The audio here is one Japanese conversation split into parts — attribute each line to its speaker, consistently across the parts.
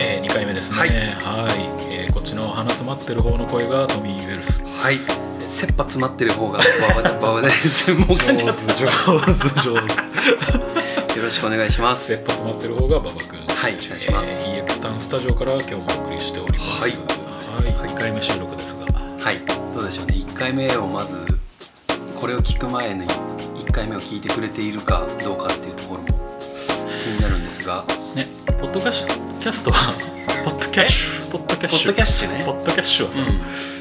Speaker 1: えー、2回目ですね。は、
Speaker 2: はいい
Speaker 1: えーこっちの鼻詰まってる方の声がトミー・ウェルス。
Speaker 2: はい切羽詰まってる方がババババで専門家になっ
Speaker 1: 上手、上手。
Speaker 2: てよろしくお願いします
Speaker 1: 切羽詰まってる方が馬場君。
Speaker 2: はいお願いします
Speaker 1: えー EX タウンスタジオから今日もお送りしております。はい、はい、2回目収録ですが。
Speaker 2: はいどうでしょうね1回目をまずこれを聞く前に1回目を聞いてくれているかどうかっていうところも気になるんですが
Speaker 1: ね、ポッドキャッシュ、キャスト は、ポッドキャッシュ、ポッドキャッシュ、
Speaker 2: ポッドキャッシュね
Speaker 1: ポッドキャッシュはさ、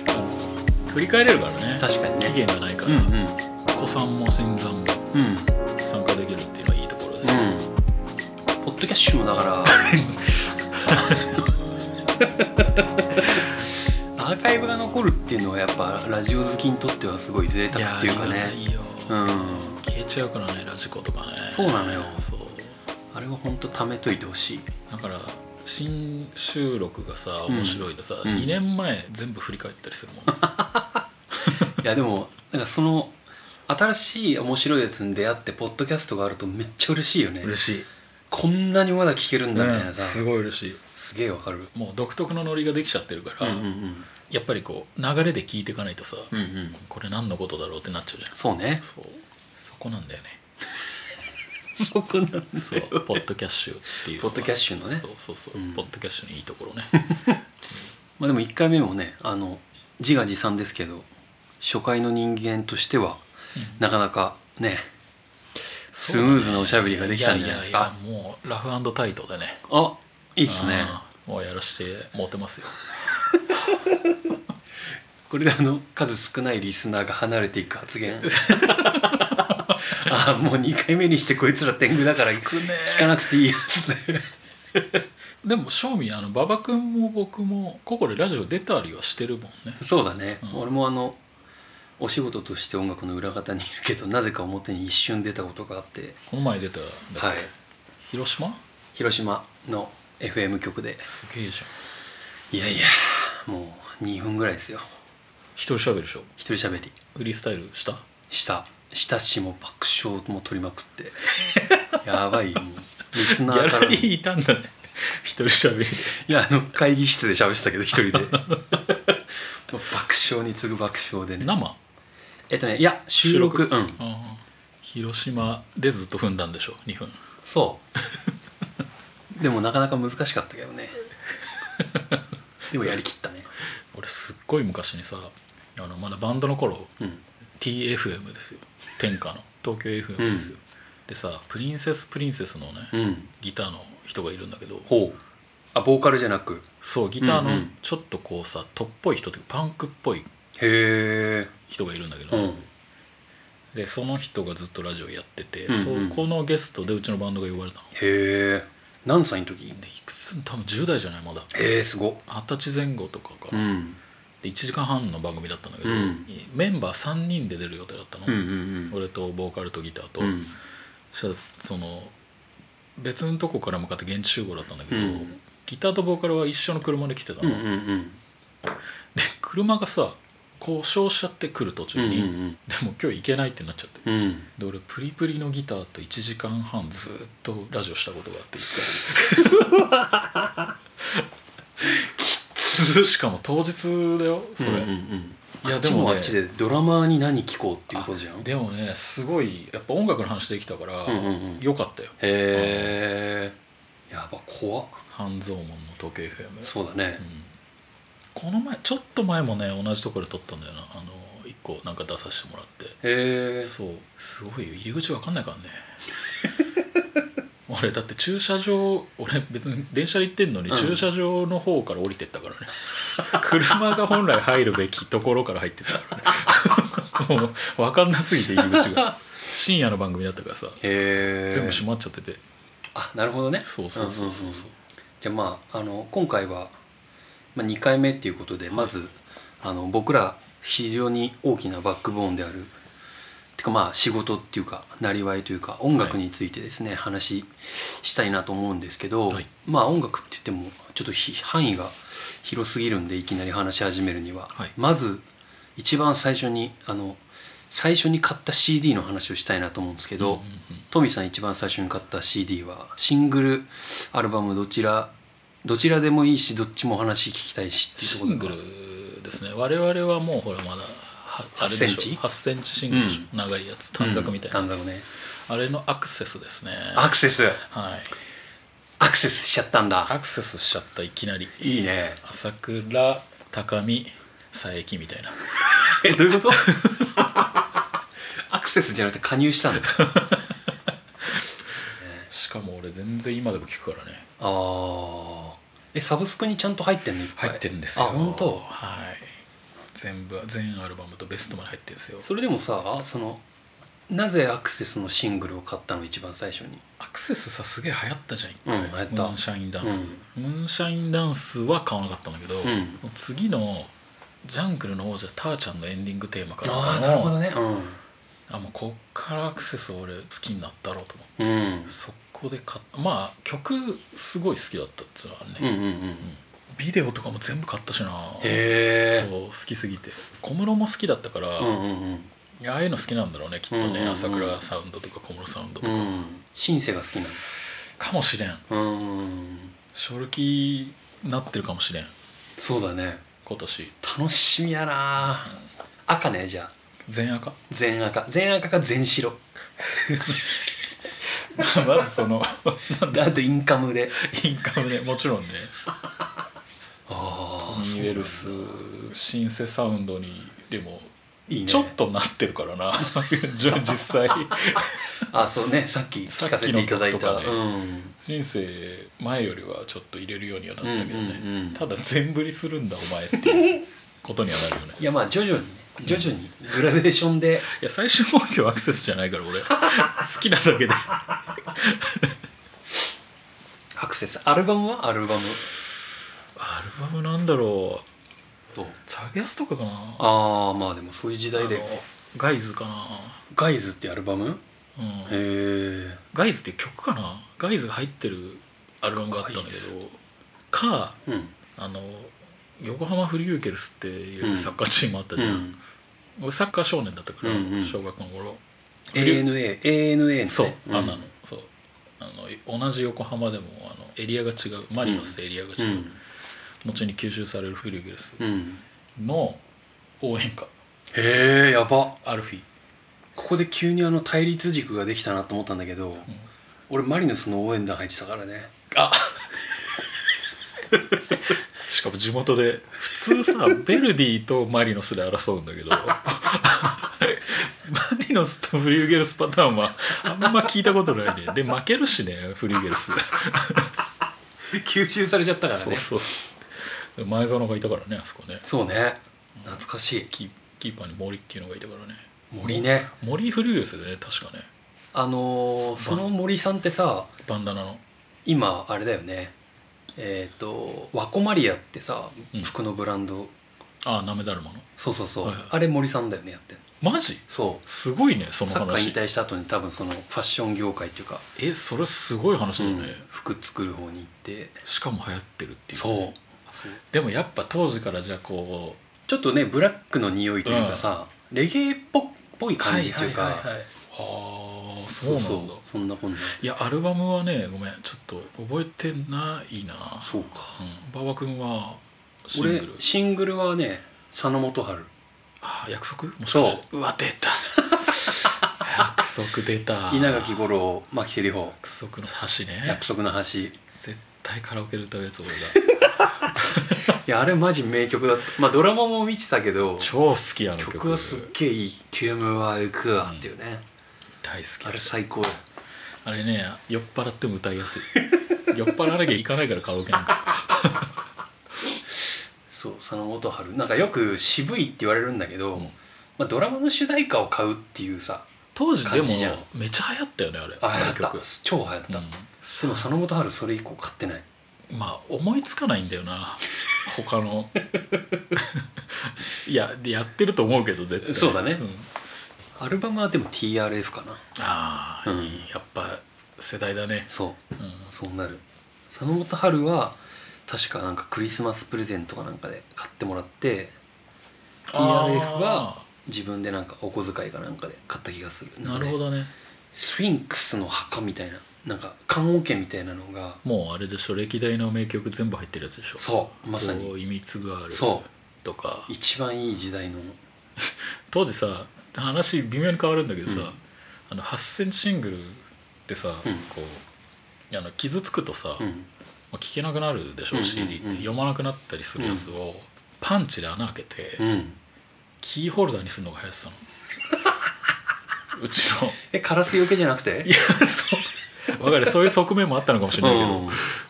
Speaker 1: あの振り返れるからね。
Speaker 2: 確かに
Speaker 1: 期
Speaker 2: ね
Speaker 1: 限がないか
Speaker 2: うん
Speaker 1: ら、
Speaker 2: うん
Speaker 1: 子さんも新参も
Speaker 2: うん
Speaker 1: 参加できるっていうのはいいところですね。
Speaker 2: うんポッドキャッシュもだから アーカイブが残るっていうのはやっぱラジオ好きにとってはすごい贅
Speaker 1: いや
Speaker 2: 沢
Speaker 1: ー
Speaker 2: っていうか
Speaker 1: あり
Speaker 2: ね
Speaker 1: がたいよ、
Speaker 2: うん
Speaker 1: 消えちゃうからねラジコとかね
Speaker 2: そうなのよ
Speaker 1: そう
Speaker 2: あれは本当貯めといてほしい
Speaker 1: だから新収録がさ面白いでさ、
Speaker 2: うん
Speaker 1: 2年前全部振り返ったりするもん、ね、
Speaker 2: いやでもなんかその新しい面白いやつに出会ってポッドキャストがあるとめっちゃ 嬉しいよね
Speaker 1: しい、
Speaker 2: こんなにまだ聞けるんだみたいなさ、
Speaker 1: すごい嬉しい
Speaker 2: すげえわかる
Speaker 1: もう独特のノリができちゃってるから、
Speaker 2: うんうん
Speaker 1: やっぱりこう流れで聞いていかないとさ、
Speaker 2: うんうん
Speaker 1: これ何のことだろうってなっちゃうじゃん
Speaker 2: そうね
Speaker 1: そうそこなんだよね
Speaker 2: そこなんだよ
Speaker 1: そうポッドキャッシュっていうの
Speaker 2: ポ
Speaker 1: は
Speaker 2: ッドキャッシュのね
Speaker 1: そうそうそう、
Speaker 2: うん
Speaker 1: ポッドキャッシュのいいところね
Speaker 2: まあでも1回目もねあの自画自賛ですけど初回の人間としては
Speaker 1: うん
Speaker 2: なかなかねスムーズなおしゃべり ができたんじゃないですか
Speaker 1: やいやいやもうラフタイトでね
Speaker 2: あいいっすね
Speaker 1: うんもうやらしてもうてますよ
Speaker 2: これであの数少ないリスナーが離れていく 発言あもう2回目にしてこいつら天狗だから
Speaker 1: 少ねえ
Speaker 2: 聞かなくていいやつ ね
Speaker 1: でも正味あの馬場君も僕もここでラジオ出たりはしてるもんね
Speaker 2: そうだね、
Speaker 1: うん
Speaker 2: 俺もあのお仕事として音楽の裏方にいるけどなぜか表に一瞬出たことがあって、
Speaker 1: この前出た
Speaker 2: はい、
Speaker 1: 広島
Speaker 2: 広島の FM 局です
Speaker 1: げえじゃん
Speaker 2: いやいやもう2分ぐらいですよ
Speaker 1: 一人喋るでしょ
Speaker 2: 一人喋り
Speaker 1: フリースタイルした
Speaker 2: したしたしも爆笑も取りまくってやばいもうリス
Speaker 1: ギ
Speaker 2: ナー
Speaker 1: ャ
Speaker 2: か
Speaker 1: ラ
Speaker 2: ら
Speaker 1: リーいたんだね 一人喋りで
Speaker 2: いやあの会議室で喋ってたけど一人でもう爆笑に次ぐ爆笑でね
Speaker 1: 生
Speaker 2: えっとねいや収録うん
Speaker 1: ああ広島でずっと踏んだんでしょ2分
Speaker 2: そうでもなかなか難しかったけどねでもやりきったね
Speaker 1: 俺すっごい昔にさあのまだバンドの頃
Speaker 2: うん
Speaker 1: TFM ですよ天下の東京 FM ですよ、でさプリンセスプリンセスのね、
Speaker 2: うん
Speaker 1: ギターの人がいるんだけど
Speaker 2: ほうあボーカルじゃなく
Speaker 1: そうギター
Speaker 2: うん
Speaker 1: の
Speaker 2: うん
Speaker 1: ちょっとこうさトップっぽい人というかパンクっぽい
Speaker 2: へえ
Speaker 1: 人がいるんだけど
Speaker 2: う
Speaker 1: ね、
Speaker 2: ん
Speaker 1: でその人がずっとラジオやってて、
Speaker 2: うんうん
Speaker 1: そこのゲストでうちのバンドが呼ばれたの
Speaker 2: へえ何歳の時
Speaker 1: でいくつ多分10代じゃないまだ
Speaker 2: えー、すごっ
Speaker 1: 二十歳前後とかか、
Speaker 2: うん
Speaker 1: で1時間半の番組だったんだけど、
Speaker 2: うん
Speaker 1: メンバー3人で出る予定だったの、
Speaker 2: うんうん
Speaker 1: 俺とボーカルとギターと、
Speaker 2: うんうん
Speaker 1: そしたらその別のとこから向かって現地集合だったんだけど、
Speaker 2: うん
Speaker 1: ギターとボーカルは一緒の車で来てた
Speaker 2: う
Speaker 1: の、
Speaker 2: んうん
Speaker 1: で車がさ故障しちゃってくる途
Speaker 2: うんう
Speaker 1: 中
Speaker 2: ん
Speaker 1: に、
Speaker 2: うん
Speaker 1: でも今日行けないってなっちゃって
Speaker 2: うんうん
Speaker 1: で俺プリプリのギターと1時間半ずっとラジオしたことがあってしかも当日だよそれ、
Speaker 2: うんうんうん
Speaker 1: いや
Speaker 2: あっ
Speaker 1: で
Speaker 2: ち
Speaker 1: も
Speaker 2: もあ
Speaker 1: ね
Speaker 2: っちでドラマーに何聞こうっていうことじゃんへ
Speaker 1: でもねすごいやっぱ音楽の話できたから、
Speaker 2: うんうんうん
Speaker 1: よかったよ
Speaker 2: えやば怖っ
Speaker 1: 半蔵門の時計 FM
Speaker 2: そうだね
Speaker 1: うんこの前ちょっと前もね同じところで撮ったんだよなあの1個なんか出させてもらって
Speaker 2: へえ
Speaker 1: そうすごいよ入り口わかんないからね 俺だって駐車場俺別に電車で行ってんのに
Speaker 2: うん
Speaker 1: 駐車場の方から降りてったからね、車が本来入るべきところから入ってったからね もう分かんなすぎて入り口が深夜の番組だったからさ
Speaker 2: へえ
Speaker 1: 全部閉まっちゃってて
Speaker 2: あなるほどね
Speaker 1: そうそうそうそうそうん
Speaker 2: んんじゃあまああの今回は、まあ、2回目っていうことでまず、あの僕ら非常に大きなバックボーンであるてかまあ仕事っていうかなりわいというか音楽についてですね、話したいなと思うんですけど、
Speaker 1: はい
Speaker 2: まあ音楽って言っってもちょっとひ範囲が広すぎるんでいきなり話し始めるには、
Speaker 1: はい
Speaker 2: まず一番最初にあの最初に買った CD の話をしたいなと思うんですけど、
Speaker 1: うんうんうん
Speaker 2: トミーさん一番最初に買った CD はシングルアルバムどちらどちらでもいいしどっちも話聞きたいしっていうと
Speaker 1: シ
Speaker 2: ころ
Speaker 1: ン
Speaker 2: だか
Speaker 1: グ
Speaker 2: ら
Speaker 1: ルですね我々はもうほらまだはあれでしょ
Speaker 2: 8センチ
Speaker 1: 8センチシングルでしょ、長いやつ短冊みたいな
Speaker 2: う
Speaker 1: や
Speaker 2: ん
Speaker 1: つ、
Speaker 2: 短冊ね
Speaker 1: あれのアクセスですね
Speaker 2: アクセス
Speaker 1: はい
Speaker 2: アクセスしちゃったんだ
Speaker 1: アクセスしちゃったいきなり
Speaker 2: いいね
Speaker 1: 朝倉高見佐伯みたいな
Speaker 2: えどういうこと アクセスじゃなくて加入したん だ
Speaker 1: しかも俺全然今でも聞くからね
Speaker 2: ああえサブスクにちゃんと入ってんのいっぱい
Speaker 1: 入ってるんですよ、
Speaker 2: あ本当
Speaker 1: はい全部全アルバムとベストまで入ってるんですよ
Speaker 2: それでもさそのなぜアクセスのシングルを買ったの一番最初に
Speaker 1: アクセスさすげえ流行ったじゃん一
Speaker 2: うん流行った
Speaker 1: ムーンシャインダンス、ムーンシャインダンスは買わなかったんだけど、
Speaker 2: ん
Speaker 1: 次の「ジャングルの王者ターちゃん」のエンディングテーマから
Speaker 2: ああ
Speaker 1: も
Speaker 2: なるほどねうん
Speaker 1: あもうこっからアクセス俺好きになったろうと思って
Speaker 2: うん
Speaker 1: そこで買ったまあ曲すごい好きだったっつうのはね、
Speaker 2: うんうんうん
Speaker 1: ビデオとかも全部買ったしな
Speaker 2: へ
Speaker 1: そう好きすぎて小室も好きだったから、
Speaker 2: えうんうんうん
Speaker 1: いやああいうの好きなんだろうねきっとね、
Speaker 2: うんうんうん
Speaker 1: 朝倉サウンドとか小室サウンドと
Speaker 2: う
Speaker 1: か、
Speaker 2: んシンセが好きな
Speaker 1: かもしれん
Speaker 2: のうん
Speaker 1: 正気なってるかもしれん
Speaker 2: そうだね
Speaker 1: 今年
Speaker 2: 楽しみやな赤ねじゃあ
Speaker 1: 全 赤
Speaker 2: 全赤全赤か全白
Speaker 1: まずその
Speaker 2: あとインカムで
Speaker 1: インカムねもちろんね
Speaker 2: あ
Speaker 1: ニュエルスシンセサウンドにでも
Speaker 2: いいね
Speaker 1: ちょっとなってるから なじゃ実際
Speaker 2: あそうねさっき聞かせていただい
Speaker 1: さ
Speaker 2: た、
Speaker 1: っきの曲とかね
Speaker 2: うん
Speaker 1: シンセ前よりはちょっと入れるようにはなったけどね、
Speaker 2: うんうんうん
Speaker 1: ただ全振りするんだお前っていうことにはなるよね
Speaker 2: いやまあ徐々にね徐々にグラデーションで
Speaker 1: いや最終目標アクセスじゃないから 俺好きなだけで
Speaker 2: アクセスアルバムはアルバム
Speaker 1: アルバムなんだろう
Speaker 2: と
Speaker 1: チャゲアスとかかな
Speaker 2: ああまあでもそういう時代で
Speaker 1: あのガイズかな、
Speaker 2: ガイズってアルバム
Speaker 1: うん
Speaker 2: へえ
Speaker 1: ガイズって曲かなガイズが入ってるアルバムがあったんだ
Speaker 2: ガイ
Speaker 1: け
Speaker 2: ズ
Speaker 1: どか
Speaker 2: うん
Speaker 1: あの横浜フリューゲルスっていううんサッカーチームあった
Speaker 2: う
Speaker 1: じゃん、
Speaker 2: ん
Speaker 1: 俺サッカー少年だったから、
Speaker 2: うんうん
Speaker 1: 小学校の頃
Speaker 2: ANA ANA ね
Speaker 1: そう、
Speaker 2: ん
Speaker 1: あんなのそうあの同じ横浜でもあのエリアが違うマリノスってエリアが違う、後に吸収されるフリューゲルス
Speaker 2: うんうん
Speaker 1: の応援歌
Speaker 2: へえやば
Speaker 1: アルフィー
Speaker 2: ここで急にあの対立軸ができたなと思ったんだけど、俺マリノスの応援団入ってたからね
Speaker 1: あ しかも地元で普通さベルディとマリノスで争うんだけど マリノスとフリューゲルスパターンはあんま聞いたことないねで負けるしねフリューゲル ス
Speaker 2: 吸収されちゃったからね
Speaker 1: そうそうそう前園がいたからねあそこね
Speaker 2: そうね懐かしい
Speaker 1: キーキーパーに森っていうのがいたからね
Speaker 2: 森ね
Speaker 1: 森フリューゲルスでね確かね
Speaker 2: あのーその森さんってさ
Speaker 1: バンダナの
Speaker 2: 今あれだよねえっ、とワコマリアってさ
Speaker 1: うん
Speaker 2: 服のブランド、
Speaker 1: ああなめだるまの
Speaker 2: そうそうそう、
Speaker 1: はいはい
Speaker 2: あれ森さんだよねやってんの
Speaker 1: マジ
Speaker 2: そ
Speaker 1: すごいねそうの
Speaker 2: サッカー引
Speaker 1: 話
Speaker 2: 退した後に多分そのファッション業界っていうか、
Speaker 1: えそれすごい話だよね、
Speaker 2: うん服作る方に行って
Speaker 1: しかも流行ってるっていう
Speaker 2: そうそう
Speaker 1: でもやっぱ当時からじゃあこう
Speaker 2: ちょっとねブラックの匂いというかさ、レゲエっぽっぽい感じっていうか、
Speaker 1: はあそうなんだ
Speaker 2: そうそんなこんない
Speaker 1: やアルバムはねごめんちょっと覚えてないな
Speaker 2: そうか
Speaker 1: うん、馬場君はシング
Speaker 2: 俺
Speaker 1: ル
Speaker 2: シングルはね佐野元春
Speaker 1: ああ約束もし
Speaker 2: そう
Speaker 1: かしてうわ出た 約束出た
Speaker 2: 稲垣吾郎牧瀬里穂
Speaker 1: 約束の橋ね
Speaker 2: 約束の橋い
Speaker 1: 絶対カラオケで歌うやつ俺 が
Speaker 2: やあれマジ名曲だったまあドラマも見てたけど
Speaker 1: 超好きやの曲
Speaker 2: 曲はすっげえいい「キュームは行くわ」っていうね、
Speaker 1: 大好き
Speaker 2: あれ最高だ
Speaker 1: あれね酔っ払っても歌いや すい酔っ払わなきゃいかないからカラオケなん か
Speaker 2: そう佐野元春なんかよく渋いって言われるんだけど、
Speaker 1: うん
Speaker 2: まあ、ドラマの主題歌を買うっていうさ
Speaker 1: 当時で
Speaker 2: 感
Speaker 1: も
Speaker 2: じじゃん
Speaker 1: めっちゃ流行ったよねあれ
Speaker 2: あ流行
Speaker 1: の
Speaker 2: った
Speaker 1: 曲
Speaker 2: 超流行った、
Speaker 1: うん
Speaker 2: でも佐野元春それ以降買ってない
Speaker 1: まあ思いつかないんだよな 他の いやでやってると思うけど絶対
Speaker 2: そうだね
Speaker 1: ん
Speaker 2: アルバムはでも TRF かな
Speaker 1: ああ、
Speaker 2: うん
Speaker 1: いいやっぱ世代だね
Speaker 2: そう
Speaker 1: うん
Speaker 2: そうなる佐野元春は確かなんかクリスマスプレゼントかなんかで買ってもらって TRF
Speaker 1: あー
Speaker 2: は自分でなんかお小遣いかなんかで買った気がする
Speaker 1: なるほど
Speaker 2: ど
Speaker 1: ね
Speaker 2: スフィンクスの墓みたいななんか棺桶みたいなのが
Speaker 1: もうあれでしょ歴代の名曲全部入ってるやつでしょ
Speaker 2: そうまさ
Speaker 1: こ
Speaker 2: に
Speaker 1: う秘密がある
Speaker 2: そ
Speaker 1: とか
Speaker 2: う一番いい時代の
Speaker 1: 当時さ話微妙に変わるんだけどさ、
Speaker 2: うん
Speaker 1: あの8センチシングルってさ、
Speaker 2: うん
Speaker 1: こうあの傷つくとさ、
Speaker 2: うん
Speaker 1: まあ聞けなくなるでしょ、
Speaker 2: うんうんうん
Speaker 1: CD って読まなくなったりするやつをパンチで穴開けて、
Speaker 2: うん
Speaker 1: キーホルダーにするのが流行って たのうちの
Speaker 2: えカラスよけじゃなくて
Speaker 1: いやそう分かるそういう側面もあったのかもしれないけど、う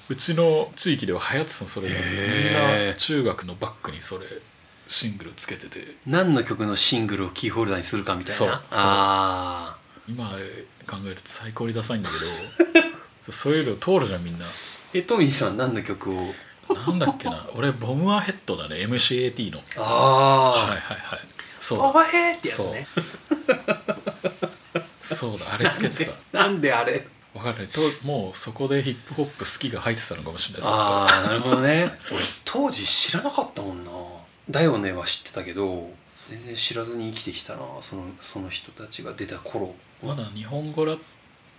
Speaker 2: うん
Speaker 1: ちの地域では流行ってたのそれが
Speaker 2: へー
Speaker 1: みんな中学のバッグにそれシングルつけてて
Speaker 2: 何の曲のシングルをキーホルダーにするかみたいな
Speaker 1: そうそう
Speaker 2: ああ
Speaker 1: 今考えると最高にダサいんだけ どそういうの通るじゃんみんな
Speaker 2: えトミーさん何の曲を
Speaker 1: なんだっけな俺ボムアヘッドだね MCAT のはいは
Speaker 2: あ
Speaker 1: いはいそう
Speaker 2: あ
Speaker 1: だ
Speaker 2: わへーってやつね
Speaker 1: そうだあれつけてた
Speaker 2: なんであれ
Speaker 1: わかんないともうそこでヒップホップ好きが入ってたのかもしれないです
Speaker 2: ああなるほどね 俺当時知らなかったもんな「だよね」は知ってたけど全然知らずに生きてきたなそのその人たちが出た頃
Speaker 1: まだ日本語ラッ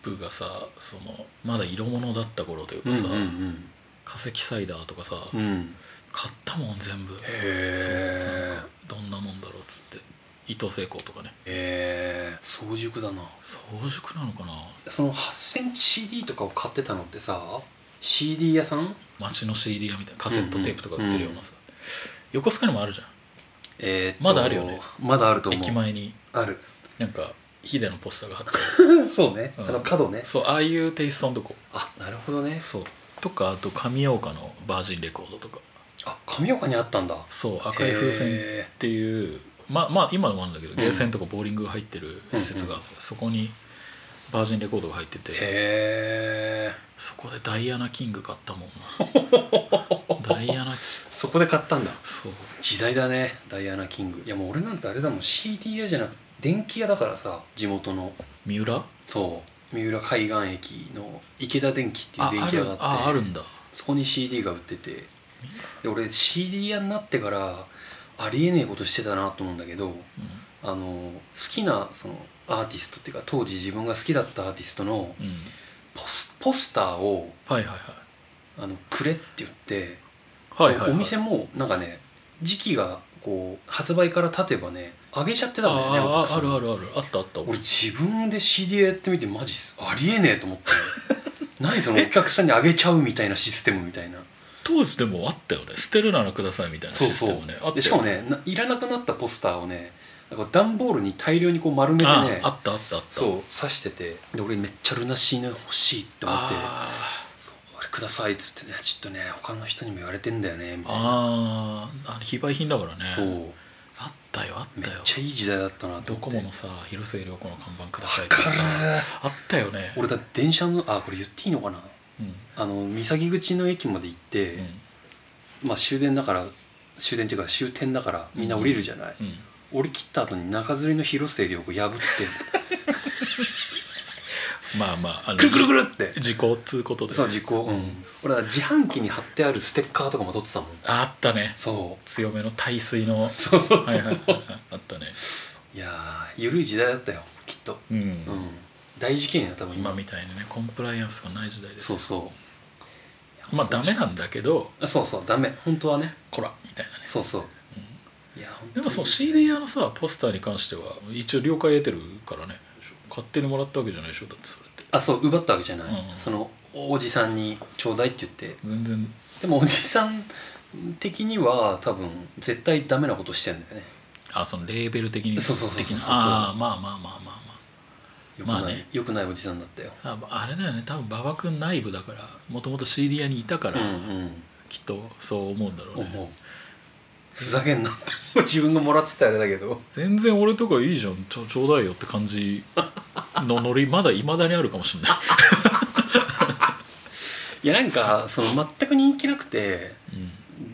Speaker 1: プがさそのまだ色物だった頃という
Speaker 2: うん
Speaker 1: か
Speaker 2: う
Speaker 1: さ、
Speaker 2: ん
Speaker 1: 化石サイダーとかさ、
Speaker 2: うんうん
Speaker 1: 買ったもん全部
Speaker 2: へえ
Speaker 1: どんなもんだろうっつって伊藤聖子とかね
Speaker 2: へえ早熟だな
Speaker 1: 早熟なのかな
Speaker 2: その8センチ CD とかを買ってたのってさ CD 屋さん
Speaker 1: 街の CD 屋みたいなカセットテープとか売ってるようなさ、横須賀にもあるじゃ
Speaker 2: えーっと
Speaker 1: まだあるよね
Speaker 2: まだあると
Speaker 1: ん
Speaker 2: 思う
Speaker 1: 駅前に
Speaker 2: ある
Speaker 1: なんかヒデのポスターが貼ってある
Speaker 2: そうね、
Speaker 1: うん
Speaker 2: あの角 ね
Speaker 1: そうああいうテイストのとこ
Speaker 2: あなるほどね
Speaker 1: そうとかあと上岡のバージンレコードとか
Speaker 2: あ神岡にあったんだ
Speaker 1: そう赤い風船
Speaker 2: へ
Speaker 1: っていうまあまあ今のもあるんだけど
Speaker 2: ん
Speaker 1: ゲーセンとかボーリングが入ってる施設が、そこにバージンレコードが入って
Speaker 2: ー
Speaker 1: て
Speaker 2: へえ
Speaker 1: そこでダイアナ・キング買った もんなダイアナ
Speaker 2: そこで買ったんだ
Speaker 1: そう
Speaker 2: 時代だねダイアナ・キングいやもう俺なんてあれだもん CD 屋じゃなくて電気屋だからさ地元の
Speaker 1: 三浦
Speaker 2: そう三浦海岸駅の池田電機っていう
Speaker 1: あ
Speaker 2: 電
Speaker 1: あ
Speaker 2: 気屋
Speaker 1: る
Speaker 2: があって
Speaker 1: ああるんだ
Speaker 2: そこに CD が売っててで俺 CD 屋になってからありえねえことしてたなと思うんだけど
Speaker 1: う
Speaker 2: あの好きなそのアーティストっていうか当時自分が好きだったアーティストの
Speaker 1: ん、うん、
Speaker 2: ポスポスターを
Speaker 1: はいはい
Speaker 2: あのくれって言って
Speaker 1: はいはいはいはい
Speaker 2: お店もなんかね時期がこう発売から経てばね上げちゃってたんだよねお
Speaker 1: あ
Speaker 2: 客
Speaker 1: あ
Speaker 2: さ
Speaker 1: あ
Speaker 2: ん
Speaker 1: るあるあるあったあった
Speaker 2: 俺自分で CD やってみてマジありえねえと 思って何そのお客さんに上げちゃうみたいなシステムみたいな
Speaker 1: 当時でもあったよね捨てるならくださいみたいな
Speaker 2: そう
Speaker 1: シス
Speaker 2: そ
Speaker 1: テ
Speaker 2: う
Speaker 1: ムねあったよ
Speaker 2: でしかもねないらなくなったポスターをねなんか段ボールに大量にこう丸めて
Speaker 1: あ
Speaker 2: ね
Speaker 1: あったあったあった
Speaker 2: そう刺しててで俺めっちゃルナシーナ欲しいって思って
Speaker 1: あ
Speaker 2: あれくださいっつってねちょっとね他の人にも言われてんだよねみ
Speaker 1: ー
Speaker 2: たいな
Speaker 1: あーあれ非売品だからね
Speaker 2: そう
Speaker 1: あったよあっ
Speaker 2: めった
Speaker 1: よ
Speaker 2: ちゃいい時代だったなと
Speaker 1: ド
Speaker 2: 思
Speaker 1: コ
Speaker 2: って
Speaker 1: モのさ広末涼子の看板くだ
Speaker 2: わ
Speaker 1: さいってさ
Speaker 2: かる
Speaker 1: あったよね
Speaker 2: 俺だって電車のあこれ言っていいのかな
Speaker 1: うん
Speaker 2: あの三崎口の駅まで行って、
Speaker 1: うん
Speaker 2: まあ終電だから終電っていうか終点だからみんな降りるじゃない、
Speaker 1: うん
Speaker 2: 降り切った後に中吊りの広末涼子破って
Speaker 1: まあまああの
Speaker 2: くるくるくるって
Speaker 1: じ時効っつうことで
Speaker 2: そう事故、
Speaker 1: うん
Speaker 2: 俺は自販機に貼ってあるステッカーとかも撮ってたもん
Speaker 1: あったね
Speaker 2: そう
Speaker 1: 強めの耐水のはい
Speaker 2: そうそう
Speaker 1: はい
Speaker 2: そ
Speaker 1: は
Speaker 2: う
Speaker 1: い
Speaker 2: そう
Speaker 1: あったね
Speaker 2: いやー緩い時代だったよきっと、
Speaker 1: うん、
Speaker 2: うん、大事件や多分
Speaker 1: 今
Speaker 2: 今
Speaker 1: みたいにねコンプライアンスがない時代です
Speaker 2: そうそういや
Speaker 1: まあダメなんだけど
Speaker 2: あそうそうダメ本当はね
Speaker 1: こらみたいなね
Speaker 2: そうそう、いや本当
Speaker 1: で
Speaker 2: に
Speaker 1: もその CD 屋のさポスターに関しては一応了解得てるからね勝手にもらったわけじゃないでしょだってそれって
Speaker 2: あそう奪ったわけじゃない、
Speaker 1: うん
Speaker 2: そのおじさんに「ちょうだい」って言って
Speaker 1: 全然
Speaker 2: でもおじさん的には多分絶対ダメなことしてんだよね
Speaker 1: あそのレーベル的に
Speaker 2: そうそうそうそう
Speaker 1: 的な
Speaker 2: そうそう
Speaker 1: ああまあまあまあまあまあ
Speaker 2: よくない、
Speaker 1: まあね
Speaker 2: よくないおじさんだったよ
Speaker 1: ああれだよね多分馬場君内部だからもともと CD 屋にいたか
Speaker 2: う
Speaker 1: ら、
Speaker 2: んうん
Speaker 1: きっとそう思うんだろうね
Speaker 2: 思うふざけんなって 自分がもらってたあれだけど
Speaker 1: 全然俺とかいいじゃんちょちょうだいよって感じのノリ まだいまだにあるかもしれない、
Speaker 2: いやなんかその全く人気なくて
Speaker 1: うん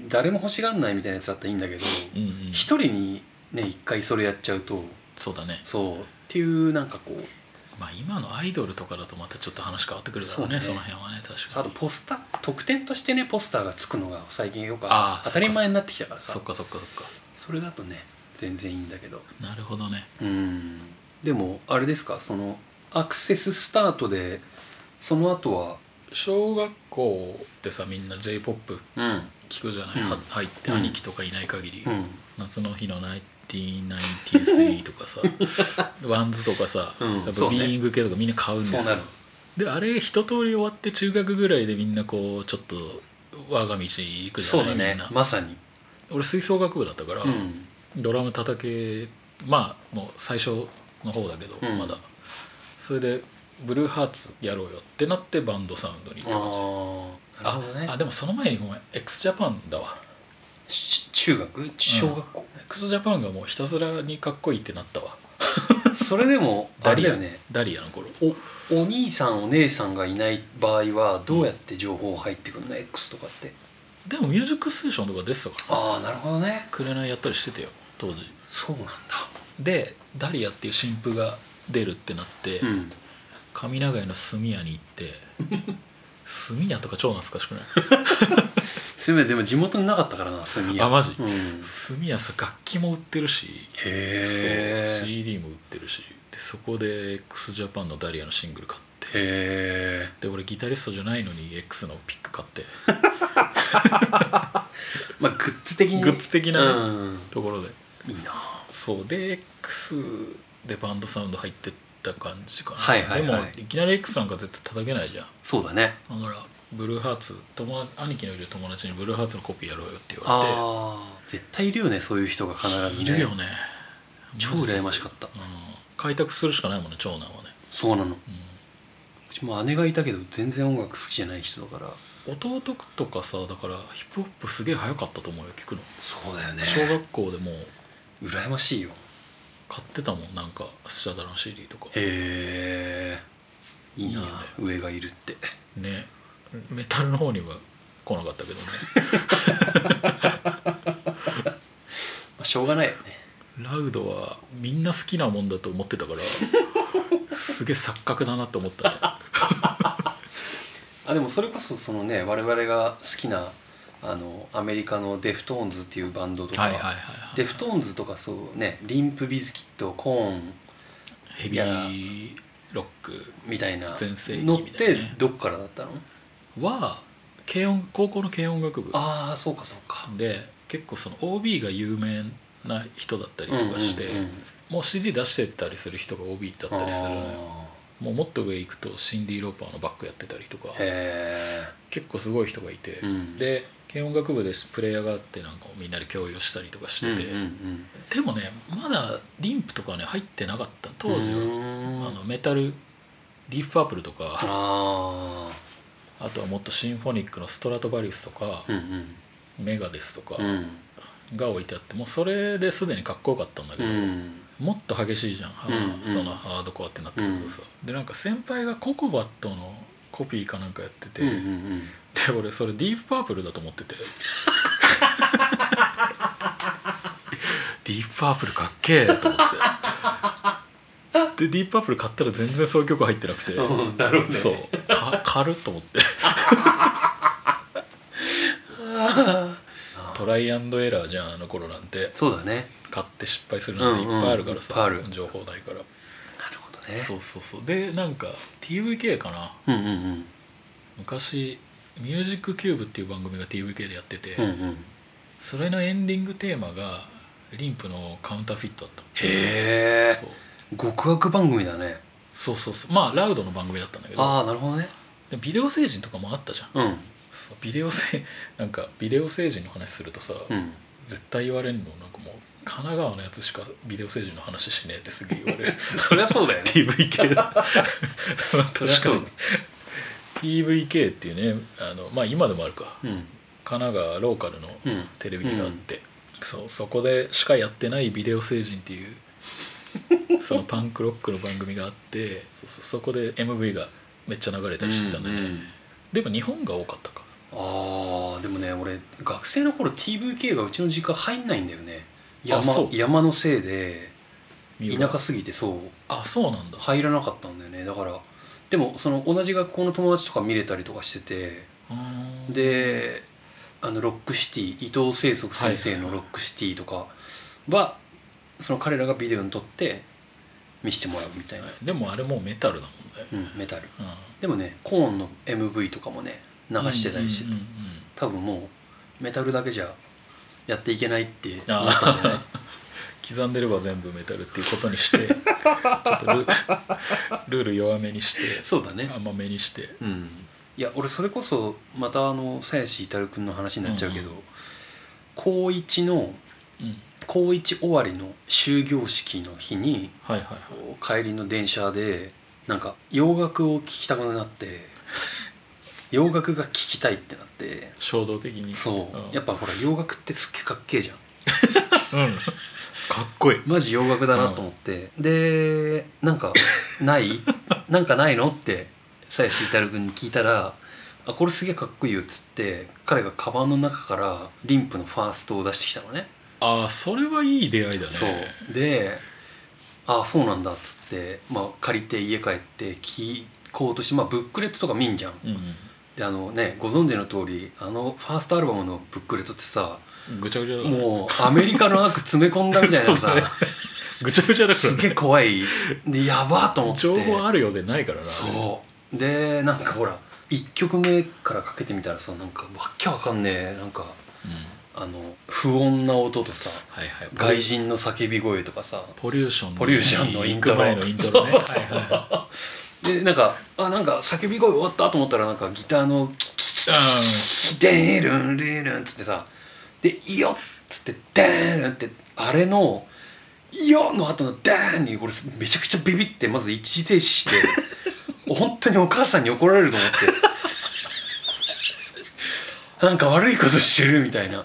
Speaker 2: 誰も欲しがんないみたいなやつだったらいいんだけど
Speaker 1: うんうん、
Speaker 2: 一、人にね一回それやっちゃうと
Speaker 1: そうだね
Speaker 2: そうっていうなんかこう
Speaker 1: まあ今のアイドルとかだとまたちょっと話変わってくるだろうね
Speaker 2: そ
Speaker 1: そう
Speaker 2: ね
Speaker 1: の辺はね確か
Speaker 2: あ
Speaker 1: に
Speaker 2: とポスター特典としてねポスターがつくのが最近よく
Speaker 1: あー
Speaker 2: 当たり前になってきたから
Speaker 1: そ
Speaker 2: さ
Speaker 1: っかそっかそっか
Speaker 2: それだとね全然いいんだけど
Speaker 1: なるほどね
Speaker 2: うんでもあれですかそのアクセススタートでその後は
Speaker 1: 小学校ってさみんな j p o p
Speaker 2: うん
Speaker 1: 聞くじゃない、
Speaker 2: うん
Speaker 1: は入って
Speaker 2: うん
Speaker 1: 兄貴とかいない限り、
Speaker 2: うん
Speaker 1: 夏の日の1993と かさワンズとかさ、
Speaker 2: うん
Speaker 1: やっぱビ
Speaker 2: そうね
Speaker 1: ーイング系とかみんな買うんです
Speaker 2: そ
Speaker 1: よ
Speaker 2: うなる
Speaker 1: であれ一通り終わって中学ぐらいでみんなこうちょっと我が道行くじ
Speaker 2: そ
Speaker 1: ゃ
Speaker 2: う
Speaker 1: な
Speaker 2: だ
Speaker 1: い、み
Speaker 2: ね
Speaker 1: んな
Speaker 2: まさに
Speaker 1: 俺吹奏楽部だったから、
Speaker 2: うん
Speaker 1: ドラム叩けまあもう最初の方だけど、
Speaker 2: うん
Speaker 1: まだそれでブルーハーツやろうよってなってバンドサウンドに行った
Speaker 2: あ
Speaker 1: 感じ
Speaker 2: あなるほどね
Speaker 1: ああでもその前にごめん x ジャパンだわ
Speaker 2: し中学小学校、
Speaker 1: x ジャパンがもうひたすらにかっこいいってなったわ
Speaker 2: それでもあれだよね
Speaker 1: ダリアの頃
Speaker 2: おお兄さんお姉さんがいない場合はどうやって情報入ってくるの X とかって
Speaker 1: でも「ミュージックステーション」とか出てたから
Speaker 2: ああなるほどね
Speaker 1: 紅やったりしてたよ当時
Speaker 2: そうなんだ
Speaker 1: でダリアっていう新婦が出るってなって、
Speaker 2: ん
Speaker 1: 上長井の炭屋に行って 炭屋とか超懐かしくない
Speaker 2: すみませんでも地元になかったからな住屋
Speaker 1: あマジ
Speaker 2: うん、へ
Speaker 1: 炭屋さ楽器も売ってるしそう
Speaker 2: え
Speaker 1: CD も売ってるしでそこで x ジャパンのダリアのシングル買って
Speaker 2: へえ
Speaker 1: で俺ギタリストじゃないのに X のピック買って
Speaker 2: まあグッズ的に
Speaker 1: グッズ的なね
Speaker 2: うん
Speaker 1: ところで
Speaker 2: いいな
Speaker 1: そうで X でバンドサウンド入ってった感じかな、
Speaker 2: はいはいはい
Speaker 1: でもいきなり X なんか絶対叩けないじゃん
Speaker 2: そうだね
Speaker 1: だからブルーハーツ友達兄貴のいる友達にブルーハーツのコピーやろうよって言わ
Speaker 2: ああ絶対いるよねそういう人が必
Speaker 1: れて
Speaker 2: ず、
Speaker 1: い
Speaker 2: ね、
Speaker 1: るよね
Speaker 2: 超
Speaker 1: マジで
Speaker 2: 羨ましかった
Speaker 1: うん開拓するしかないもんね長男はね、
Speaker 2: そうなのうちも姉がいたけど全然音楽好きじゃない人だから
Speaker 1: うん弟とかさだからヒップホップすげえ早かったと思うよ聞くの、
Speaker 2: そうだよね
Speaker 1: 小学校でもう
Speaker 2: 羨ましいよ
Speaker 1: 買ってたもんなんかスチャダラの CD とか
Speaker 2: へえいい
Speaker 1: い
Speaker 2: ない
Speaker 1: よね
Speaker 2: 上がいるって
Speaker 1: ねメタルの方には来なかったけどね
Speaker 2: まあしょうがないよね
Speaker 1: ラウドはみんな好きなもんだと思ってたからすげえ錯覚だなと思った ね
Speaker 2: あでもそれこそそのね我々が好きなあのアメリカのデフトーンズっていうバンドとか、
Speaker 1: はいはいはいはい
Speaker 2: デフトーンズとかそうねリンプビズキットコーン
Speaker 1: ヘビーロック
Speaker 2: みたいな
Speaker 1: 全盛期み
Speaker 2: の
Speaker 1: た
Speaker 2: っ
Speaker 1: いなね
Speaker 2: てどっからだったの
Speaker 1: は軽音高校の軽音楽部
Speaker 2: ああそうかそうか
Speaker 1: で結構その OB が有名な人だったりとかして、
Speaker 2: うんうんうん
Speaker 1: もう CD 出してったりする人が OB だったりするのよ
Speaker 2: あ
Speaker 1: もうもっと上行くとシンディ・ローパーのバックやってたりとか
Speaker 2: ーへ
Speaker 1: 結構すごい人がいて、
Speaker 2: え、うん、
Speaker 1: で軽音楽部でプレイヤーがあってなんかみんなで共有したりとかしてて、
Speaker 2: うんうん
Speaker 1: でもねまだリンプとかね入ってなかった当時
Speaker 2: う
Speaker 1: は、
Speaker 2: ん
Speaker 1: あのメタルディープパープルとか、
Speaker 2: あ
Speaker 1: あとはもっとシンフォニックのストラトバリウスとか
Speaker 2: ー、うん
Speaker 1: メガデスとか
Speaker 2: うんうん
Speaker 1: が置いてあってもうそれですでにかっこよかったんだけ
Speaker 2: う
Speaker 1: ど、
Speaker 2: ん
Speaker 1: もっと激しいじゃん、あ
Speaker 2: うんうん
Speaker 1: そのハードコアってなってくるとさ、でなんか先輩がココバットのコピーかなんかやってて、
Speaker 2: うんうんうん
Speaker 1: で俺それディープパープルだと思って てディープパープルかっけえと思ってでディープパープル買ったら全然そういう曲入ってなくて、
Speaker 2: うんだろうね
Speaker 1: そうか軽っと思 ってトライアンドエラーじゃんあの頃なんて
Speaker 2: そうだね
Speaker 1: 買って失敗するなんていっぱいあるからさ、
Speaker 2: うんうんいっぱいある
Speaker 1: 情報ないから
Speaker 2: なるほどね
Speaker 1: そうそうそうでなんか TVK かな
Speaker 2: うんうんうん
Speaker 1: 昔「ミュージックキューブっていう番組が TVK でやってて、
Speaker 2: うんうん
Speaker 1: それのエンディングテーマがリンプのカウンターフィットだっ
Speaker 2: へ
Speaker 1: た
Speaker 2: え
Speaker 1: そう
Speaker 2: 極悪番組だね
Speaker 1: そうそうそうまあラウドの番組だったんだけど
Speaker 2: ああなるほどね
Speaker 1: でビデオ星人とかもあったじゃん
Speaker 2: うん
Speaker 1: そうビデオ星なんかビデオ星人の話するとさ、
Speaker 2: うん
Speaker 1: 絶対言われるのなんかもう神奈川のやつしかビデオ星人の話しねえってすげえ言われる
Speaker 2: そりゃそうだ よ
Speaker 1: TVK だ
Speaker 2: りゃ
Speaker 1: 確
Speaker 2: そう
Speaker 1: かに TVK っていうねあのまあ今でもあるか
Speaker 2: うん
Speaker 1: 神奈川ローカルの
Speaker 2: うん
Speaker 1: テレビがあって、そうそこでしかやってないビデオ星人っていう そのパンクロックの番組があってそうそうそこで MV がめっちゃ流れたりしてたんだね、
Speaker 2: うんうん
Speaker 1: でも日本が多かったか
Speaker 2: ああでもね俺学生の頃 TVK がうちの実家入んないんだよね
Speaker 1: あそう
Speaker 2: 山山のせいで
Speaker 1: 三浦
Speaker 2: 田舎すぎてそう
Speaker 1: あそうなんだ
Speaker 2: 入らなかったんだよねだからでもその同じ学校の友達とか見れたりとかしてて
Speaker 1: あー
Speaker 2: であのロックシティ伊藤清則先生の「ロックシティ」とかはその彼らがビデオに撮って見せてもらうみたいな、
Speaker 1: でもあれもうメタルだもんね
Speaker 2: うん、メタル
Speaker 1: うん
Speaker 2: でもねコーンの MV とかもね流してたりして、
Speaker 1: うんうんうんうん
Speaker 2: 多分もうメタルだけじゃやっていけないって思ったんじ ゃない
Speaker 1: 刻んでれば全部メタルっていうことにして ちょっとルルール弱めにして
Speaker 2: そうだね
Speaker 1: 甘めにして
Speaker 2: うんいや俺それこそまたあの鞘師るくんの話になっちゃうけど、
Speaker 1: うん
Speaker 2: 高一の
Speaker 1: うん
Speaker 2: 高一終わりの終業式の日に
Speaker 1: はいはいはい
Speaker 2: 帰りの電車でなんか洋楽を聴きたくなって洋楽が聴きたいってなって
Speaker 1: 衝動的に
Speaker 2: そう、
Speaker 1: ん
Speaker 2: やっぱほら洋楽ってすっげえかっけえじゃん
Speaker 1: うんかっこいい
Speaker 2: マジ洋楽だなと思って、でなんかないなんかないのって鞘師太郎君に聞いたら「あこれすげえかっこいいよ」っつって彼がカバンの中からリンプのファーストを出してきたのね
Speaker 1: ああそれはいい出会いだね
Speaker 2: そうで「あそうなんだ」っつって、まあ、借りて家帰って聞こうとして、まあ、ブックレットとか見んじゃん
Speaker 1: うん
Speaker 2: であのねご存知の通りあのファーストアルバムのブックレットってさ
Speaker 1: うんぐちゃぐちゃだから
Speaker 2: もうアメリカの悪詰め込んだみたいな
Speaker 1: そうだ
Speaker 2: さ
Speaker 1: ねぐちゃぐちゃだか
Speaker 2: す
Speaker 1: ら
Speaker 2: げえ
Speaker 1: ね
Speaker 2: 怖いでやばーと思って
Speaker 1: 情報あるようでないからな
Speaker 2: そうでなんかほら1曲目からかけてみたらさなんかわっきゃわかんねえなんか
Speaker 1: うん
Speaker 2: あの不穏な音とさ
Speaker 1: はいはい
Speaker 2: 外人の叫び声とかさ
Speaker 1: ポリューションの
Speaker 2: ポリューションのイントロ
Speaker 1: 行く前のイントロね
Speaker 2: そうそう
Speaker 1: はいはいはい
Speaker 2: でなんかあなんか叫び声終わったと思ったらなんかギターのキキ
Speaker 1: あ
Speaker 2: キデールンリールンっつってさで「いいよ」っつって「デールン」ってあれの「いいよ」の後の「デーン」に俺めちゃくちゃビビってまず一時停止して本当にお母さんに怒られると思ってなんか悪いことしてるみたいな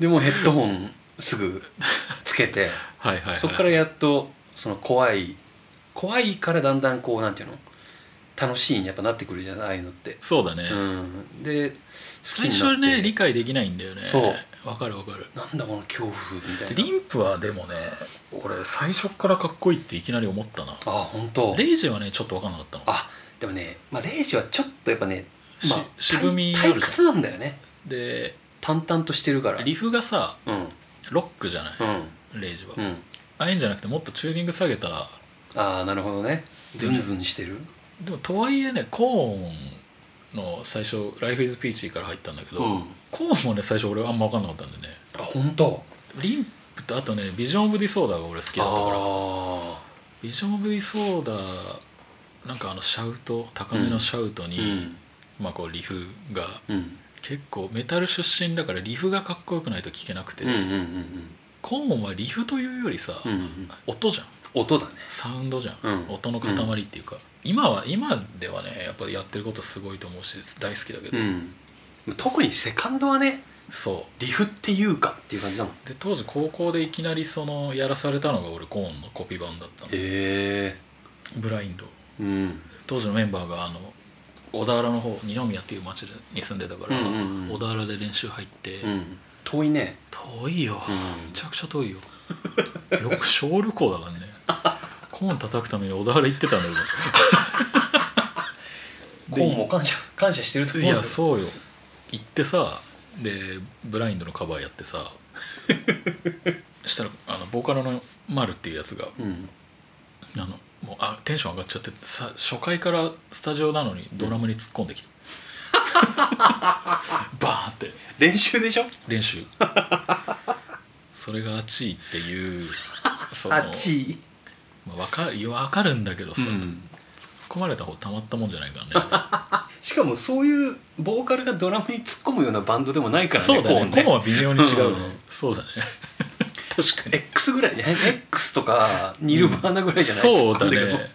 Speaker 2: でもうヘッドホンすぐつけて
Speaker 1: ーはいはいはい
Speaker 2: そこからやっとその怖い怖いからだんだんこうなんていうの楽しいにやっぱなってくるじゃないああいうのって
Speaker 1: そうだね
Speaker 2: うん、で好
Speaker 1: 最
Speaker 2: きになって
Speaker 1: 初ね理解できないんだよね
Speaker 2: そう
Speaker 1: わかるわかる
Speaker 2: なんだこの恐怖みたい
Speaker 1: リ
Speaker 2: な
Speaker 1: ンプはでもね俺最初からかっこいいっていきなり思ったな
Speaker 2: あ本当
Speaker 1: レイジはねちょっと分かんなかったの
Speaker 2: あでもね、まあ、レイジはちょっとやっぱね、まあ、
Speaker 1: し渋みあるじゃん
Speaker 2: 退屈なんだよね
Speaker 1: で
Speaker 2: 淡々としてるから
Speaker 1: リフがさ
Speaker 2: うんうん
Speaker 1: ロックじゃない、
Speaker 2: う
Speaker 1: レイジは、あ
Speaker 2: ん
Speaker 1: あいうんじゃなくてもっとチューニング下げた
Speaker 2: ああなるほどねズンズンしてる
Speaker 1: でもとはいえねコーンの最初「Life is Peachy」から入ったんだけど、
Speaker 2: うん
Speaker 1: コーンもね最初俺あんま分かんなかったんでね
Speaker 2: あ本当
Speaker 1: リンプとあとね「ビジョン・オブ・ディ・ソーダ」が俺好きだったから
Speaker 2: あ
Speaker 1: 「ビジョン・オブ・ディ・ソーダ」なんかあのシャウト高めのシャウト
Speaker 2: あ
Speaker 1: に、
Speaker 2: うん
Speaker 1: まあこうリフが
Speaker 2: うん
Speaker 1: 結構メタル出身だからリフがかっこよくないと聴けなくて、
Speaker 2: うんうんうん
Speaker 1: コーンはリフというよりさ、
Speaker 2: うんうんうん
Speaker 1: 音じゃん
Speaker 2: 音だね
Speaker 1: サウンドじゃん、
Speaker 2: うん
Speaker 1: 音の塊っていうか、今は今ではねやっぱりやってることすごいと思うし大好きだけど、
Speaker 2: うん特にセカンドはね
Speaker 1: そ
Speaker 2: リフっていうかっていう感じだもんへ
Speaker 1: うで当時高校でいきなりそのやらされたのが俺コーンのコピー版だったの
Speaker 2: え
Speaker 1: ブラインド
Speaker 2: うん
Speaker 1: 当時のメンバーがあの小田原の方二宮っていう町に住んでたから、
Speaker 2: うんうんうん
Speaker 1: 小田原で練習入って、
Speaker 2: うん遠いね
Speaker 1: 遠いよ、
Speaker 2: うん
Speaker 1: めちゃくちゃ遠いよよく小旅行だからねコーン叩くために小田原行ってたんだけ
Speaker 2: コ
Speaker 1: ど
Speaker 2: ーンも感謝感謝してる
Speaker 1: で
Speaker 2: と思
Speaker 1: いうやそうよ行ってさでブラインドのカバーやってさしたらあのボーカルのマルっていうやつが
Speaker 2: う、うん、
Speaker 1: あのもうあテンション上がっちゃってさ初回からスタジオなのにドラムに突っ込んでき た、バーンって
Speaker 2: 練習でしょ
Speaker 1: 練習それがあちいって いうその
Speaker 2: あっち
Speaker 1: まあ、わかるわかるんだけどさ、突っ込まれた方たまったもんじゃないからねあ
Speaker 2: しかもそういうボーカルがドラムに突っ込むようなバンドでもないか
Speaker 1: れ
Speaker 2: らね
Speaker 1: そうだ
Speaker 2: コー
Speaker 1: ね
Speaker 2: ン
Speaker 1: コモは微妙に違うね、
Speaker 2: うん
Speaker 1: そうだね確かに
Speaker 2: X ぐらいじゃない X とかニルバーナぐらいじゃない、
Speaker 1: そうだ
Speaker 2: 突っ込んでる
Speaker 1: ね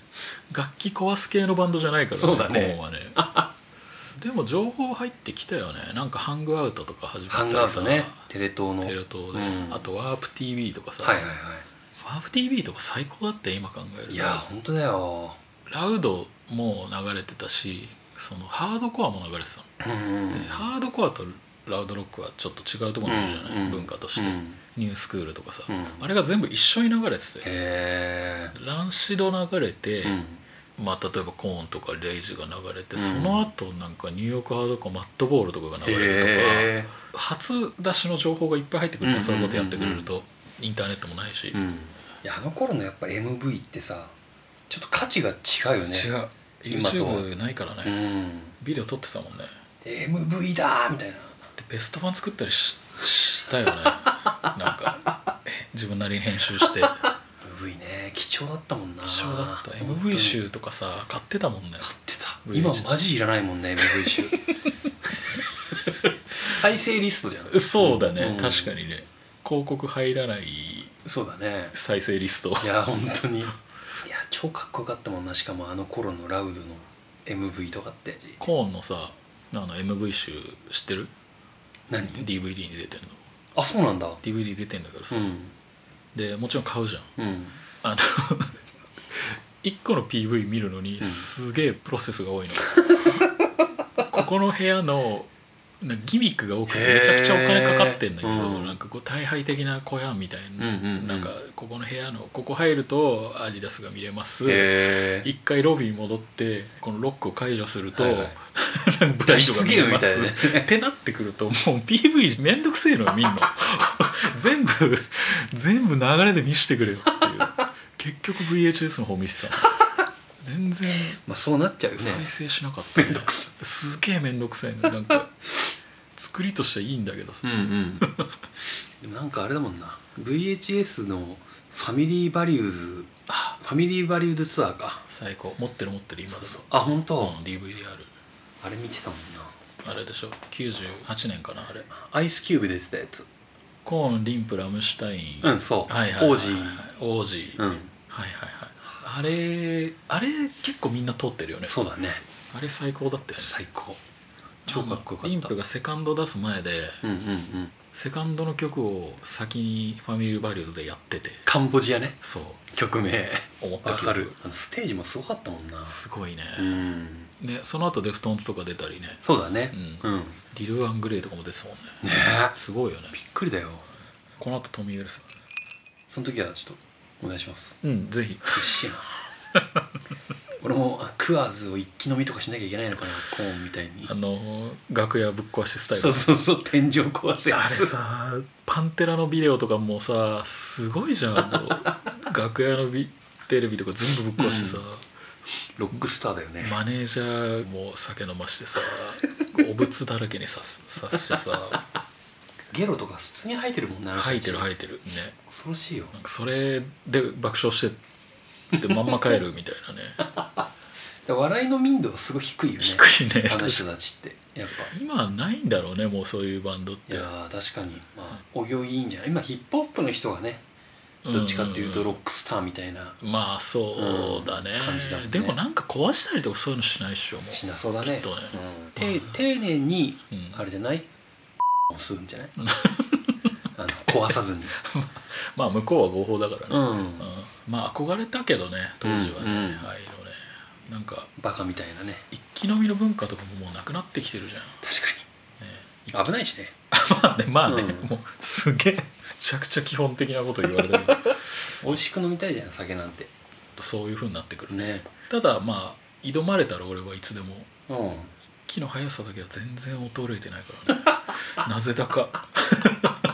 Speaker 1: 楽器壊す系のバンドじゃないから
Speaker 2: そうだね
Speaker 1: コモはねでも情報入ってきたよねなんかハングアウトとか始
Speaker 2: ハ
Speaker 1: まっ
Speaker 2: ン
Speaker 1: た
Speaker 2: ガ
Speaker 1: り
Speaker 2: ー
Speaker 1: さ
Speaker 2: とねテレ東の
Speaker 1: テレ東で、
Speaker 2: うん
Speaker 1: あとワープ TV とかさ、
Speaker 2: はいはいは
Speaker 1: ワープ TV とか最高だって今考えると
Speaker 2: いいや本当だよ
Speaker 1: ラウドも流れてたしそのハードコアも流れてたの、
Speaker 2: うんうん
Speaker 1: でハードコアとラウドロックはちょっと違うところにあるじゃない、
Speaker 2: うんうん
Speaker 1: 文化として、
Speaker 2: うん
Speaker 1: ニュースクールとかさ、
Speaker 2: うん
Speaker 1: あれが全部一緒に流れてて
Speaker 2: へ
Speaker 1: ランシド流れて、
Speaker 2: え、うん、
Speaker 1: まあ、例えばコーンとかレイジが流れて、
Speaker 2: うん
Speaker 1: その後なんかニューヨークハードコアマットボールとかが流れる
Speaker 2: へえ、
Speaker 1: とか初出しの情報がいっぱい入ってくると、
Speaker 2: うん
Speaker 1: そういうことやってくれるとインターネットもないし、
Speaker 2: うん、いやあの頃のやっぱ MV ってさちょっと価値が違うよね
Speaker 1: 違う
Speaker 2: 今と
Speaker 1: YouTube ないからね、
Speaker 2: ん、
Speaker 1: ビデオ撮ってたもんね
Speaker 2: MV だーみたいな
Speaker 1: でベスト版作ったりししたよ ねなんか自分なりに編集して
Speaker 2: MV ね貴重だったもんな
Speaker 1: 貴重だった
Speaker 2: 本当
Speaker 1: MV
Speaker 2: に
Speaker 1: 集とかさ買ってたもんね
Speaker 2: 買ってた
Speaker 1: VH
Speaker 2: 今マジいらないもんね MV 集再生リストじゃん
Speaker 1: そうだね、
Speaker 2: うん
Speaker 1: 確かにね広告入らない
Speaker 2: そうだね
Speaker 1: 再生リス ト
Speaker 2: いや本当にいや超かっこよかったもんなしかもあの頃のラウドの MV とかって
Speaker 1: コーンのさあの MV 集知ってる
Speaker 2: 何
Speaker 1: DVD に出てんの
Speaker 2: あそうなんだ
Speaker 1: DVD 出てんだから
Speaker 2: う
Speaker 1: さ、
Speaker 2: ん
Speaker 1: でもちろん買うじゃん
Speaker 2: うん
Speaker 1: あの1個の PV 見るのに
Speaker 2: ん
Speaker 1: すげえプロセスが多いの、ここの部屋のなんかギミックが多くて
Speaker 2: へー
Speaker 1: めちゃくちゃお金かかってんだけど、
Speaker 2: うん
Speaker 1: なんかこう大敗的な小屋みたいな、
Speaker 2: うんうんうん
Speaker 1: なんかここの部屋のここ入るとアディダスが見れます、
Speaker 2: へえ
Speaker 1: 一回ロビーに戻ってこのロックを解除すると、
Speaker 2: はい はい
Speaker 1: なんか舞台とか見れま
Speaker 2: 脱出ゲームみ
Speaker 1: す、ってなってくるともう PV めんどくせえのよ見ん の全部全部流れで見してくれよっていう結局 VHS の方見せたの全然
Speaker 2: まあそうなっちゃうよね
Speaker 1: 再生しなかった、
Speaker 2: め
Speaker 1: ね
Speaker 2: んどくさ
Speaker 1: すげえめんどくさいのよなんか作りとしてはいいんだけどさ
Speaker 2: うん うんでもなんかあれだもんな VHS のファミリーバリューズ
Speaker 1: あ
Speaker 2: ファミリーバリューズツアーか
Speaker 1: 最高持ってる持ってる今だと
Speaker 2: あ本当、
Speaker 1: うん DVD ある
Speaker 2: あれ見てたもんな
Speaker 1: あれでしょ98年かなあれ
Speaker 2: アイスキューブで出てたやつ
Speaker 1: コーンリンプラムシュタイン、
Speaker 2: うんそう
Speaker 1: はいはいはいはい
Speaker 2: 王子
Speaker 1: 王子、
Speaker 2: う
Speaker 1: はい
Speaker 2: ん
Speaker 1: はいはいあれあれ結構みんな通ってるよね
Speaker 2: そうだね
Speaker 1: あれ最高だったよね
Speaker 2: 最高超かっこよかった
Speaker 1: リンプがセカンド出す前で
Speaker 2: うんうんうん
Speaker 1: セカンドの曲を先にファミリーバリューズでやってて
Speaker 2: カンボジアね
Speaker 1: そう
Speaker 2: 曲名
Speaker 1: 思った
Speaker 2: わ
Speaker 1: 曲
Speaker 2: かるあのステージもすごかったもんな
Speaker 1: すごいね、
Speaker 2: うん
Speaker 1: でその後デフトーンズとか出たりね
Speaker 2: そうだね、
Speaker 1: うんディル・アングレイとかも出てたもんね
Speaker 2: ね
Speaker 1: すごいよね
Speaker 2: びっくりだよ
Speaker 1: この後トミー・ウェルス
Speaker 2: その時はちょっとお願いします
Speaker 1: うんぜひ
Speaker 2: 嬉しいな 俺もあクアーズを一気飲みとかしなきゃいけないのかなコーンみたいに
Speaker 1: あのー楽屋ぶっ壊しスタイル
Speaker 2: そうそうそう天井壊すや
Speaker 1: あれ
Speaker 2: つ
Speaker 1: さパンテラのビデオとかもさすごいじゃんも う楽屋のビテレビとか全部ぶっ壊してさ、
Speaker 2: ロックスターだよね、
Speaker 1: マネージャーも酒飲ましてさお仏だらけにささしてさ
Speaker 2: ゲロとか普通に吐いてるもんな
Speaker 1: 吐いてる
Speaker 2: い
Speaker 1: 吐いてるね
Speaker 2: 恐ろしいよ
Speaker 1: なんかそれで爆笑してでまんま帰るみたいなね
Speaker 2: だから笑いの民度はすごい低いよね
Speaker 1: 低いね
Speaker 2: あの人たちってやっぱ
Speaker 1: 今はないんだろうねもうそういうバンドっ
Speaker 2: い
Speaker 1: て
Speaker 2: やー確かにまあお行儀いいんじゃない今ヒップホップの人がねどっちかっていうとロックスターみたいな
Speaker 1: まあそうだね,、
Speaker 2: うん感じだもんね
Speaker 1: でもなんか壊したりとかそういうのしないっしょもう
Speaker 2: しなそうだね
Speaker 1: きっとね
Speaker 2: うん、て丁寧に
Speaker 1: うん
Speaker 2: あれじゃない、 を吸うんじ ゃないあの壊さずに
Speaker 1: まあ向こうは合法だからね、
Speaker 2: うん
Speaker 1: うんまあ憧れたけどね当時はね、
Speaker 2: うんうん
Speaker 1: ああいうのねなんか
Speaker 2: バカみたいなね
Speaker 1: 一気飲みの文化とかももうなくなってきてるじゃん
Speaker 2: 確かに危ないしね
Speaker 1: まあねまあね、
Speaker 2: うん
Speaker 1: もうすげえめちゃくちゃ基本的なこと言われて る
Speaker 2: 美味しく飲みたいじゃん酒なんて
Speaker 1: そういうふうになってくるね
Speaker 2: ね
Speaker 1: ただまあ挑まれたら俺はいつでも
Speaker 2: うん
Speaker 1: 木の速さだけは全然衰えてない からねなぜだか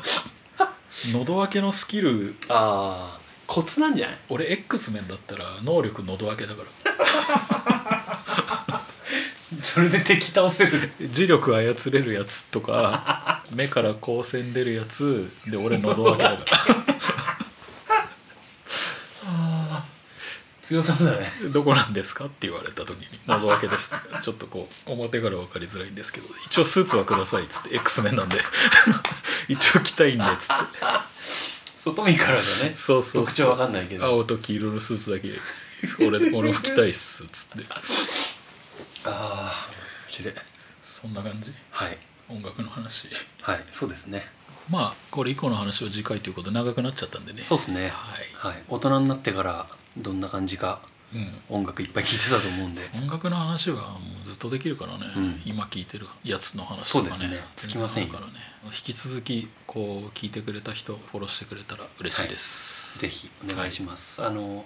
Speaker 1: 喉開けのスキル
Speaker 2: ああコツなんじゃない
Speaker 1: 俺 X メンだったら能力喉開けだから
Speaker 2: それで敵倒せる
Speaker 1: 磁力操れるやつと か目から光線出るやつで俺喉開けだ か
Speaker 2: 強そうだね
Speaker 1: らどこなんですかって言われた時に「喉開けです」ちょっとこう表から分かりづらいんですけど一応スーツはくださいっつって X メンなんで 一応着たいんでっつっ
Speaker 2: 外見からだね
Speaker 1: てそうそう
Speaker 2: 特
Speaker 1: そ
Speaker 2: 徴わか
Speaker 1: うん
Speaker 2: ないけど
Speaker 1: 青と黄色のスーツだけ俺俺も着たいっすっつって
Speaker 2: ああ面白い
Speaker 1: そんな感じ
Speaker 2: はい
Speaker 1: 音楽の話
Speaker 2: はいそうですね
Speaker 1: まあこれ以降の話は次回ということで長くなっちゃったんでね
Speaker 2: そうですね
Speaker 1: はい
Speaker 2: はい大人になってからどんな感じか
Speaker 1: うん、
Speaker 2: 音楽いっぱい聴いてたと思うんで
Speaker 1: 音楽の話はもうずっとできるからね、
Speaker 2: うん
Speaker 1: 今聞いてるやつの話
Speaker 2: そ
Speaker 1: と
Speaker 2: う
Speaker 1: か
Speaker 2: で
Speaker 1: ね
Speaker 2: すねつきませんよ
Speaker 1: 全然あるからね引き続きこう聞いてくれた人フォローしてくれたら嬉しいです、
Speaker 2: ぜひお願いします、あの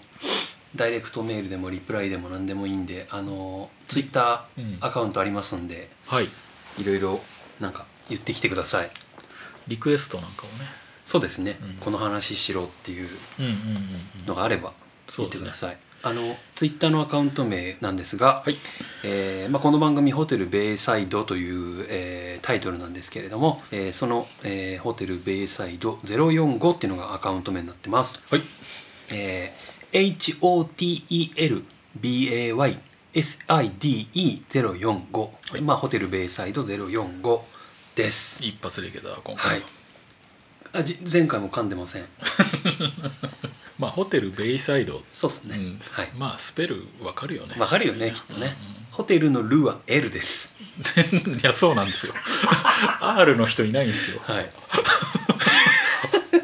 Speaker 2: ダイレクトメールでもリプライでも何でもいいんであのツイッタ
Speaker 1: うん
Speaker 2: ーアカウントありますんで、
Speaker 1: はい
Speaker 2: いろいろなんか言ってきてください
Speaker 1: リクエストなんかをね
Speaker 2: そうですね、
Speaker 1: うん
Speaker 2: この話しろっていう
Speaker 1: うんうんうんうん
Speaker 2: のがあれば
Speaker 1: そう
Speaker 2: 言っ
Speaker 1: だね
Speaker 2: てください、あのツイッターのアカウント名なんですが、
Speaker 1: はい
Speaker 2: えーまあ、この番組「ホテルベイサイド」という、えータイトルなんですけれども、えーその、えーホテルベイサイド045」っていうのがアカウント名になってます、
Speaker 1: はい
Speaker 2: えー HOTELBAYSIDE045、
Speaker 1: はい
Speaker 2: まあ、ホテルベイサイド045です
Speaker 1: 一発でいけた今
Speaker 2: は
Speaker 1: 回
Speaker 2: い
Speaker 1: は、
Speaker 2: あじ前回も噛んでません
Speaker 1: まあホテルベイサイド、
Speaker 2: そうです
Speaker 1: うん
Speaker 2: ね、はい
Speaker 1: まあスペルわかるよね
Speaker 2: わかるよねきっとね、ホテルのルは L です
Speaker 1: いやそうなんですよ R の人いないんですよ
Speaker 2: はい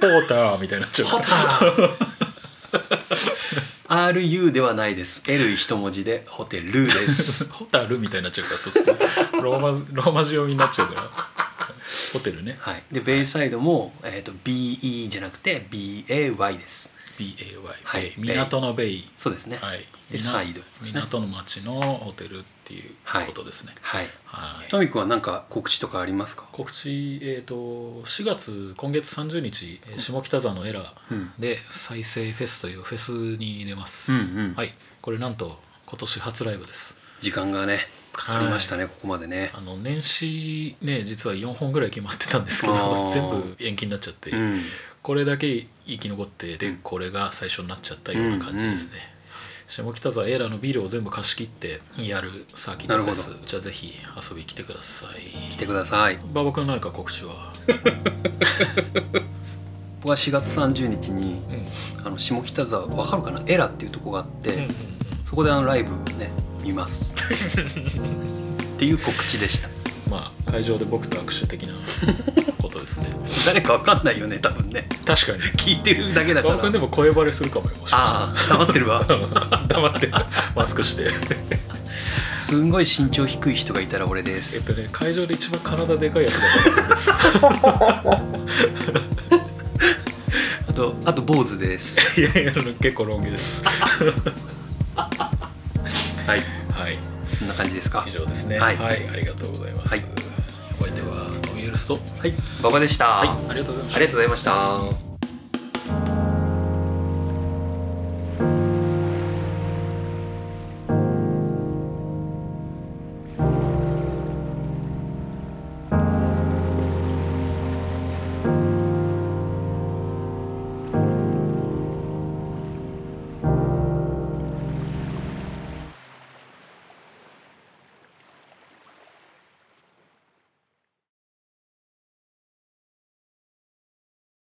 Speaker 1: ポーターみたいになっちゃう
Speaker 2: ホター RU ではないです L 一文字でホテルです
Speaker 1: ホタルみたいになっちゃうからそうするとローマローマ字読みになっちゃうからホテルね
Speaker 2: はいでベイサイドも、えー、と BE じゃなくて BAY です
Speaker 1: BAY、
Speaker 2: はい
Speaker 1: ベイ港のベイ、
Speaker 2: そうですね
Speaker 1: はい、み
Speaker 2: で
Speaker 1: な
Speaker 2: サイドですね
Speaker 1: 港の町のホテルっていうことですね
Speaker 2: はい
Speaker 1: はい、
Speaker 2: トミ君は何か告知とかありますか
Speaker 1: 告知、えー、と4月今月30日えー下北沢のエラ
Speaker 2: うん
Speaker 1: ーで再生フェスというフェスに出ます、
Speaker 2: うんうん
Speaker 1: はい、これなんと今年初ライブです
Speaker 2: 時間がねかかりましたね、ここまでね
Speaker 1: あの年始ね実は4本ぐらい決まってたんですけ
Speaker 2: あー
Speaker 1: ど 全部延期になっちゃって、
Speaker 2: うん
Speaker 1: これだけ生き残ってで、
Speaker 2: うん
Speaker 1: これが最初になっちゃったような感じですね、下北沢エラーのビルを全部貸し切ってやるサーキットフェ
Speaker 2: なる
Speaker 1: スじゃあぜひ遊びに来てくださ
Speaker 2: 来
Speaker 1: い
Speaker 2: てください
Speaker 1: 馬場君何か告知は、
Speaker 2: 僕は4月30日に
Speaker 1: うんうん
Speaker 2: あの下北沢わかるかなエラっていうとこがあって、
Speaker 1: うんうん
Speaker 2: そこであのライブをね見ます っていう告知でした
Speaker 1: まあ会場で僕と握手 的なことですね
Speaker 2: 誰かわかんないよね多分ね
Speaker 1: 確かに
Speaker 2: 聞いてるだけだか
Speaker 1: 馬場
Speaker 2: ら
Speaker 1: 君でも声バレするかもよもしか
Speaker 2: ああ黙ってるわ
Speaker 1: したら 黙ってマスク して
Speaker 2: すんごい身長低い人がいたら俺で
Speaker 1: えっ
Speaker 2: す
Speaker 1: とね会場で一番体でかいやつだからです
Speaker 2: あとあと坊主です
Speaker 1: いやいやあの結構ロン毛ですは
Speaker 2: はい
Speaker 1: い
Speaker 2: そんな感じですか
Speaker 1: 以上ですね
Speaker 2: は
Speaker 1: はいい、ありがとうございます、
Speaker 2: はい
Speaker 1: お相手はトミー・ウルスト
Speaker 2: はい馬場でした、
Speaker 1: はい
Speaker 2: あ
Speaker 1: ありがとうございまし
Speaker 2: り
Speaker 1: た
Speaker 2: がとうございました